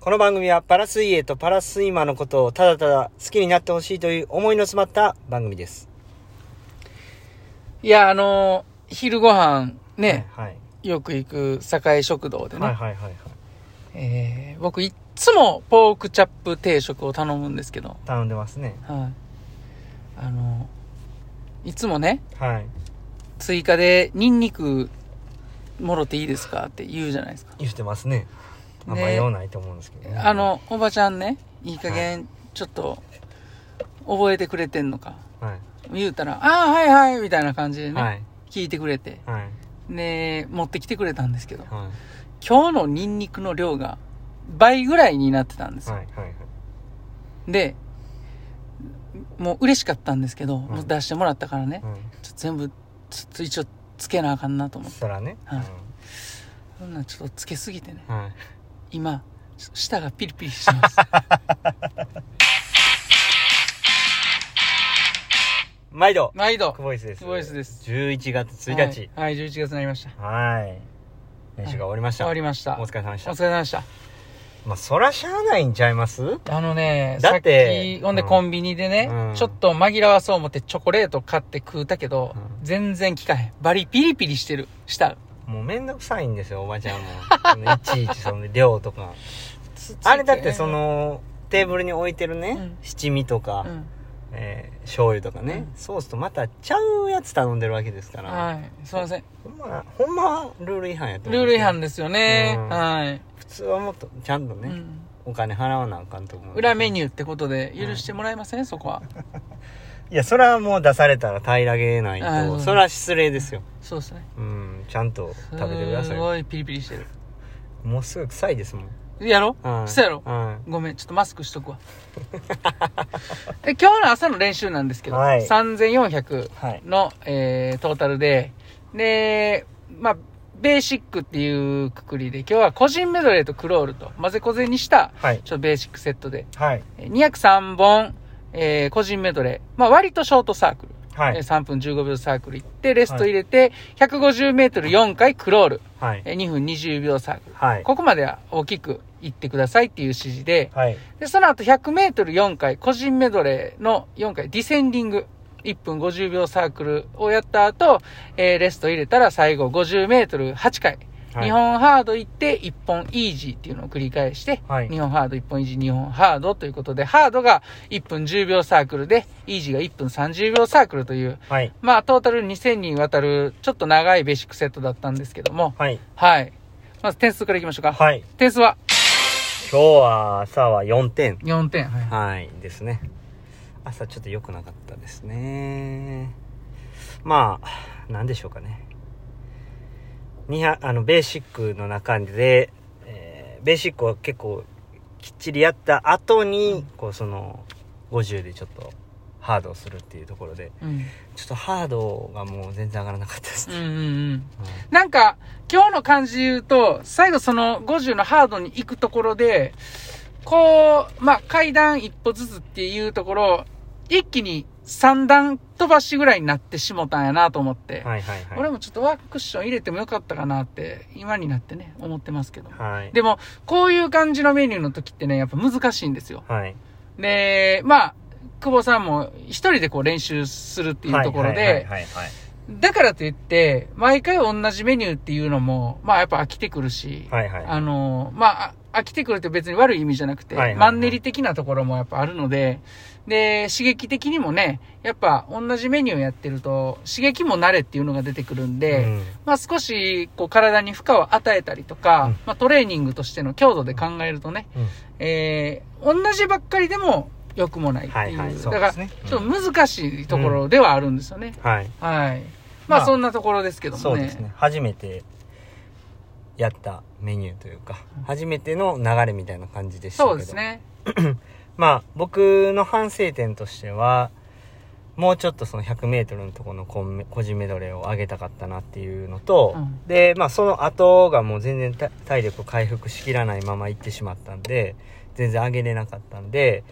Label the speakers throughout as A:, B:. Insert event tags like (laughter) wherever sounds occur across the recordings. A: この番組はパラ水泳とパラスイマーのことをただただ好きになってほしいという思いの詰まった番組です。
B: いや、あのー昼ご飯ね、
A: はい。
B: よく行く栄食堂でね、
A: はいはいはいはい。
B: えー僕いっつもポークチャップ定食を頼むんですけど、
A: 頼んでますね。
B: はい。あのーいつもね、
A: はい。
B: 追加でニンニクもろていいですかって言うじゃないですか。
A: 言ってますね。あん
B: ね
A: ま用ないと思うんですけど、ね。
B: あ、の、おばちゃんね、いい加減、ちょっと、覚えてくれてんのか。
A: はい。
B: 言うたら、ああ、はいはい、みたいな感じでね、
A: はい。
B: 聞いてくれて。
A: はい。
B: で、持ってきてくれたんですけど、
A: はい。
B: 今日のニンニクの量が倍ぐらいになってたんですよ。
A: はい。はい。
B: で、もう嬉しかったんですけど、もう出してもらったからね、
A: はい。
B: ちょっと全部、ちょっと一応つけなあかんなと思って。
A: そらね。
B: はいそんなんちょっとつけすぎてね、
A: うんはい。
B: 今、ちょっと舌がピリピリしてます。
A: (laughs) 毎度、
B: 毎度
A: ク、ボイスです。
B: クボイスです
A: 11月1日。
B: はい、はい、11月になりました。
A: はい。練習が終わりました。
B: 終わりました。
A: お疲れ様でし
B: お
A: た。
B: 疲れ様でした。
A: まあ、そらしゃあないんちゃいます
B: あのね、
A: だって
B: さっき、ほんで
A: うん
B: コンビニでね、
A: うん
B: ちょっと紛らわそう思ってチョコレート買って食うたけど、
A: うん
B: 全然効かへん。バリピリピリしてる。した。
A: もうめんどくさいんですよ、おばちゃんも。 (laughs) そのいちいちその量とか。あれだってそ、の、テーブルに置いてるね、
B: うん
A: 七味とか、
B: うん、
A: えー醤油とかね、ソースとまたちゃうやつ頼んでるわけですから。
B: はい。すいません。
A: ほんま、ほんまはルール違反やと思
B: ル
A: う
B: ー
A: ん
B: ル
A: です
B: 違
A: よ
B: 反ですよね。
A: うん
B: はい、
A: 普通はもっとちゃんと
B: う
A: ね、
B: ん。
A: お金払わなあかんと思う。
B: 裏メ
A: ュー。
B: ニューってことで許してもらえません、そこは。
A: いや、それはもう出されたら平らげない
B: あーそ
A: と、
B: う
A: それは失礼ですよ。
B: そうですね。
A: うん、ちゃんと食べてくださ
B: す
A: い。
B: ごいピリピリして
A: もうすぐ臭いですもん。
B: る。やろ、
A: はい
B: そうやろ
A: は
B: ごめん、ちょっとマスクしとくわ。 (laughs) え今日の朝の練習なんですけど、
A: はい
B: 3400。
A: い。はい。
B: の、えートータルで、で、まあ、ベーシックっていうくくりで、今日は個人メドレーとクロールと混ぜこぜにした、
A: はい。
B: ちょっとベーシックセットで、
A: はい。
B: えー203本、えー個人メドレー、まあ、割とショートサークル、
A: は
B: えー
A: い。
B: 3分15秒サークル行って、レスト入れて、150メートル4回クロール、
A: はい。
B: えー2分20秒サークル。
A: はい。
B: ここまでは大きく行ってくださいっていう指示で、
A: はい。
B: で、その後100メートル4回、個人メドレーの4回、ディセンディング。1分50秒サークルをやった後、えーレスト入れたら最後50メートル8回。
A: はい
B: 日本ハード行って1本イージーっていうのを繰り返して、
A: はい
B: 日本ハード1本イージー、日本ハードということで、ハードが1分10秒サークルで、イージーが1分30秒サークルという、
A: はい。
B: まあトータル2000にわたるちょっと長いベーシックセットだったんですけども、
A: はい。
B: はい。まず点数からいきましょうか。
A: はい。
B: 点数は
A: 今日は朝は4点。
B: 4点。はい
A: はい。ですね。朝ちょっと良くなかったですね。まあ、なんでしょうかね。200あの、ベーシックの中で、えーベーシックは結構きっちりやった後に、こうその、50でちょっとハードをするっていうところで、
B: うん
A: ちょっとハードがもう全然上がらなかったです
B: う
A: ね
B: ん。うんうん。
A: うん
B: なんか、今日の感じで言うと、最後その50のハードに行くところで、こう、まあ、階段一歩ずつっていうところ、一気に3段飛ばしぐらいになってしもたんやなと思って、
A: はいはいはい。
B: 俺もちょっとワークッション入れてもよかったかなって、今になってね、思ってますけど。
A: はい。
B: でも、こういう感じのメニューの時ってね、やっぱ難しいんですよ。
A: はい。
B: で、まあ、久保さんも一人でこう練習するっていうところで、
A: はいはいはいはい
B: だからといって、毎回同じメニューっていうのも、まあやっぱ飽きてくるし、
A: はいはい
B: あの、まあ、あ飽きてくるって別に悪い意味じゃなくて、
A: はいはいはい
B: マンネリ的なところもやっぱあるので、で、刺激的にもね、やっぱ同じメニューやってると、刺激も慣れっていうのが出てくるんで、
A: うん
B: まあ少し、こう体に負荷を与えたりとか、
A: うん
B: まあトレーニングとしての強度で考えるとね、
A: うん
B: えー、同じばっかりでも良くもないっていう。
A: はいはいそう
B: だから、
A: ですねうん
B: ちょっと難しいところではあるんですよね。
A: はい。
B: はい。ま
A: まあ
B: あそんなところですけどもね。
A: そうですね。初めてやったメニューというか
B: うん、
A: 初めての流れみたいな感じでしたけど。
B: そうです。ね。
A: まあ、僕の反省点としては、もうちょっとその100メートルのところのコンメ個人メドレーを上げたかったなっていうのと、
B: うん
A: で、まあその後がもう全然た体力を回復しきらないまま行ってしまったんで、全然上げれなかったんで、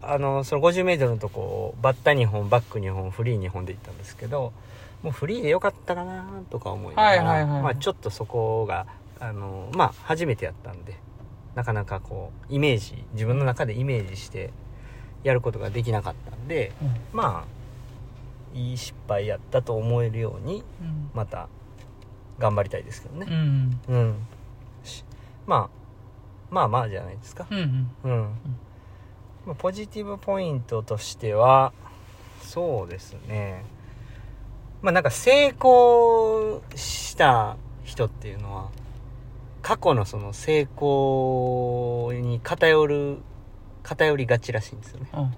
A: あの、その50メートルのとこをバッタ2本、バック2本、フリー2本で行ったんですけど、もうフリーでよかったかなとか思いながら、
B: はいはいはい
A: まあちょっとそこが、あの、まあ初めてやったんで、なかなかこうイメージ自分の中でイメージしてやることができなかったんでまあいい失敗やったと思えるように
B: うん
A: また頑張りたいですけど
B: う
A: ね
B: ん
A: うん、しまあまあまあじゃないですか
B: うんうん
A: うん、まあポジティブポイントとしてはそうですねまあなんか成功した人っていうのは過去のその成功に偏る偏りがちらしいんですよね
B: うん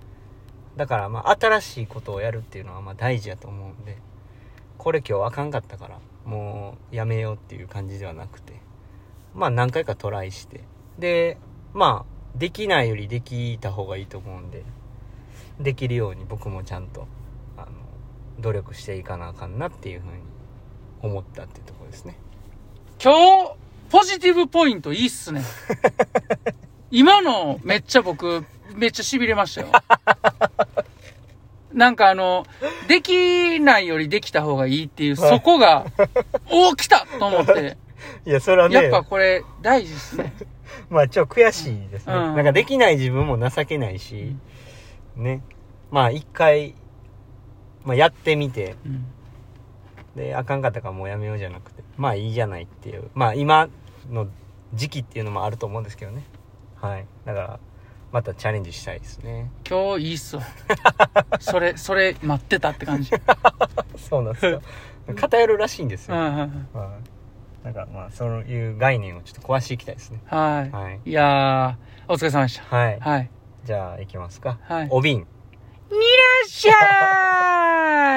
A: だからまあ新しいことをやるっていうのはまあ大事やと思うんでこれ今日あかんかったからもうやめようっていう感じではなくてまあ何回かトライしてでまあできないよりできた方がいいと思うんでできるように僕もちゃんとあの努力していかなあかんなっていうふうに思ったっていうところですね
B: 今日、ポジティブポイントいい
A: (laughs)
B: っすね。今のめっちゃ僕、めっちゃ痺れ
A: (laughs)
B: ましたよ。なんかあの、できないよりできた方がいいっていう、そこが、おお、来たと思って。
A: いやそれは
B: やっぱこれ、大事っすね。
A: まあちょっと悔しいですね、
B: うん
A: なんかできない自分も情けないし、ねまあ一回、まあ、やってみて
B: うん
A: であかんかったからもうやめようじゃなくてまあいいじゃないっていうまあ今の時期っていうのもあると思うんですけどねはいだからまたチャレンジしたいですね
B: 今日いいっすわ。それ、それ待ってたって感
A: (laughs)
B: じ。
A: そうなんですよ (laughs) 偏るらしいんです
B: うん
A: よ、
B: うんうん
A: はいなんかまあそういう概念をちょっと壊していきたいですね
B: は
A: はい
B: い。いやー、お疲れ様でした。
A: はい
B: はい。
A: じゃあ行きますか、
B: はい
A: お瓶
B: いらっしゃ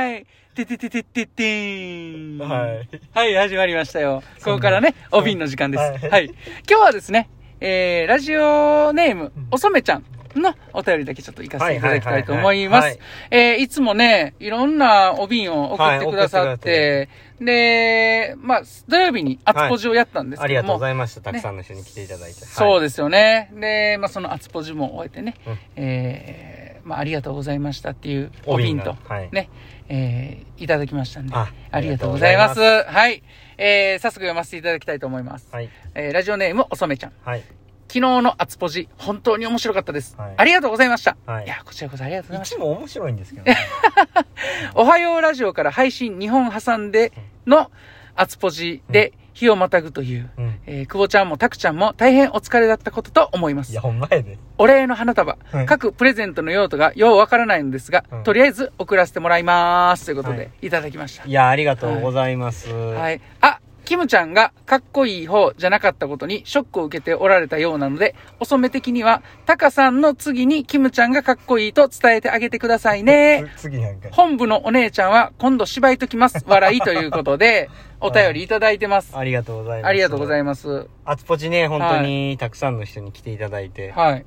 B: ーいててててててーん。
A: はい。
B: はい、始まりましたよ。こ
A: そんな
B: こからね、お瓶の時間で
A: は
B: す。
A: い
B: はい。今日はですね、えー、ラジオネーム
A: うん、
B: おそめちゃんのお便りだけちょっと行かせていただきたいと思いま
A: はい
B: す。えー、いつもね、いろんなお瓶を送ってくださって、で、まあ、土曜日に厚ポジをやったんです
A: あり
B: けど
A: がとう
B: も
A: ご、ざいましたたくさんの人に来ていただいて、
B: そう
A: で
B: ですよね。で、まあ、その厚ポジも終えてね、
A: うん
B: えーまあ、ありがとうございましたっていう
A: お
B: お
A: 瓶
B: 瓶
A: が
B: と、
A: はい
B: ね、えーいただきましたんで、
A: あ
B: ありがとうございます。
A: あり
B: はい。えー早速読ませていただきたいと思います。
A: はい
B: えーラジオネーム、おそめちゃん。
A: はい
B: 昨日の厚ポジ、本当に面白かったです。
A: はい
B: ありがとうございました。
A: はい
B: や、こちらこそありがとうございまし
A: 一も面白いんですけど (laughs) ね
B: た。おはようラジオから配信2本挟んでの厚ポジで日をまたぐという、
A: うん
B: えー久保ちゃんもたくちゃんも大変お疲れだったことと思います
A: いや。ほんまやで
B: お礼の花束、
A: はい
B: 各プレゼントの用途がようわからないのですが、
A: うん
B: とりあえず送らせてもらいます。ということで、
A: はい
B: い、ただきました
A: い。やありがとうございます、、
B: はいい。あ、キムちゃんがかっこいい方じゃなかったことにショックを受けておられたようなので、遅め的には、タカさんの次にキムちゃんがかっこいいと伝えてあげてくださいね。
A: つ次なんか
B: 本部のお姉ちゃんは今度芝居ときます。笑いということで、お便りいただいてます。
A: ありがとうございます
B: ありがとうござ
A: い
B: います。
A: ますあつぽちね本当にたくさんの人に来ていただいて、
B: はい。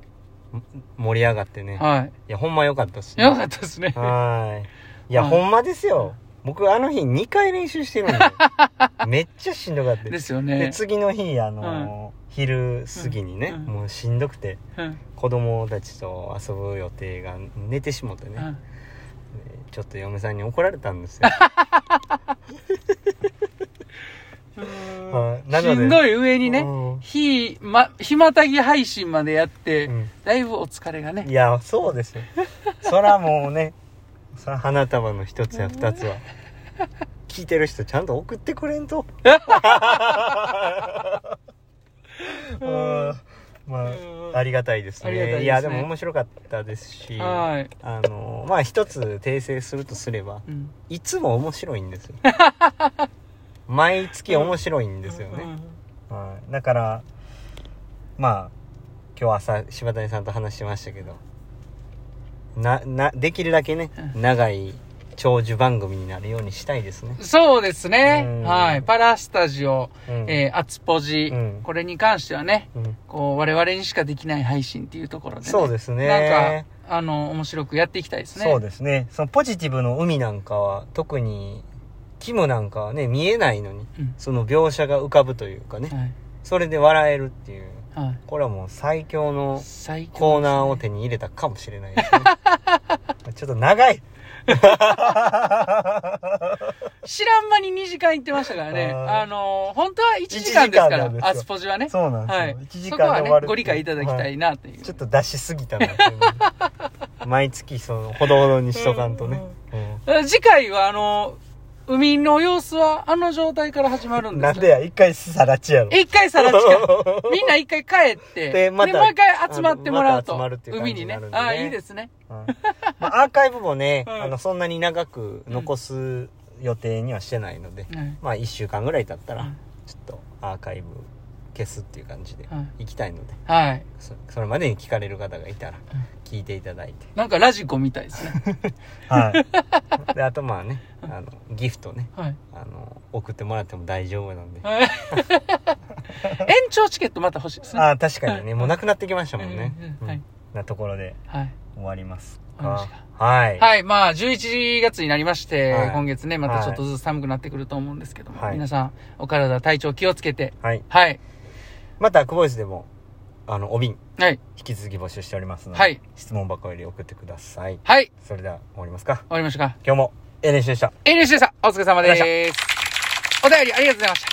A: 盛り上がってね、い、
B: は
A: やほんま良かったっす
B: い。よかったですね。
A: はーいいや、
B: はい
A: ほんまですよ僕あの日2回練習してるんで (laughs) めっちゃしんどかった
B: ですよ
A: で
B: ね。
A: 次の日あのー昼過ぎにね、
B: うん
A: もうしんどくて
B: うん
A: 子供たちと遊ぶ予定が寝てしもってね、
B: うん
A: ちょっと嫁さんに怒られたんです
B: (laughs)
A: よはいなの
B: し
A: で
B: んどい上にね、
A: う
B: 日、ま、日またぎ配信までやって、
A: んうん
B: だいぶお疲れがね
A: い。やそうですよ (laughs) そらもうねそら花束の一つや二つは聞いてる人ちゃんと送ってくれん
B: (laughs)
A: とうんまあありがたいですね
B: ありがたいですね
A: やでも面白かったですしあ
B: はい。
A: のまあ一つ訂正するとすれば
B: うん。
A: いつも面白いん (laughs) ですよ毎月面白いんですよね、はい、だからまあ今日朝柴谷さんと話してましたけどななできるだけね
B: う
A: 長い長寿番組になるようにしたいですね、
B: そうですね
A: うん。
B: はい。パラスタジオ、
A: うん
B: えー、アツポジ、
A: うん
B: これに関してはね、
A: うん
B: こう、我々にしかできない配信っていうところで、ね。
A: そう
B: で
A: ですね
B: なんか、あの、面白くやっていきたいですね。
A: そうですねそのポジティブの海なんかは特にキムなんかはね見えないのに
B: うん
A: その描写が浮かぶというかね
B: はい。
A: それで笑えるっていう
B: はい。
A: これはもう最強の
B: 最強ですね (laughs)
A: コーナーを手に入れたかもしれないですねちょっと長い
B: 知らん間に2時間行ってましたからね。
A: あー
B: あのー本当は1時間ですか
A: 一時間なんです
B: ら、
A: よ
B: アスポジはね。
A: そうなんですよ。
B: はい
A: 1。時間
B: そこ
A: で
B: は
A: 終
B: ね
A: わるってう、
B: ご理解いただきた
A: はい
B: なという。
A: ちょっと出しすぎたなっていうの毎月そのほどほどにしとかんとね、
B: 次回はあのー海の様子はあの状態から始まる
A: うんん
B: です
A: な
B: よ
A: んでや一回さらちやろ
B: 一回さら
A: (laughs)
B: ちか。みんな一回帰っ
A: で
B: て、で、
A: また
B: もう一回集まってもらう
A: あ
B: と。
A: のまた集まるっていう感じ
B: 海に
A: に
B: ね。
A: なるんでね
B: ああ、いいですね。
A: うんまあ、アーカイブもね、
B: はい
A: あのそんなに長く残す予定にはしてないので、
B: はい
A: まあ1週間ぐらい経った
B: う
A: ら
B: ん
A: ちょっとアーカイブ消すっていう感じで
B: はい
A: 行きたいので、
B: はい。
A: そそれまでに聞かれる方がいたら聞いていただいて、
B: なんかラジコみたいです
A: (laughs)
B: ね。
A: はい、 (laughs) であとまあねあのギフトね
B: はい。
A: あの送ってもらっても大丈夫なんで、
B: はい延長チケットまた欲しいですね。
A: ああ確かにねもうなくなってきましたもんね、
B: うんはい
A: うんなところで
B: はい。
A: 終わります
B: 終わりまし
A: かはい、
B: はい。まあ、11月になりまして、
A: はい
B: 今月ね、またちょっとずつ寒くなってくると思うんですけども、
A: はい
B: 皆さん、お体、体調気をつけて、
A: はい、
B: はい。
A: またクボイスでもあのお瓶
B: はい。
A: 引き続き募集しておりますので、
B: はい
A: 質問箱より送ってください
B: はい。終
A: それでは終わりますか
B: わりましたか。
A: 今日も NH でした
B: NHK でした。お疲れ様
A: ありがとうござ
B: です。お便りありがとうございました。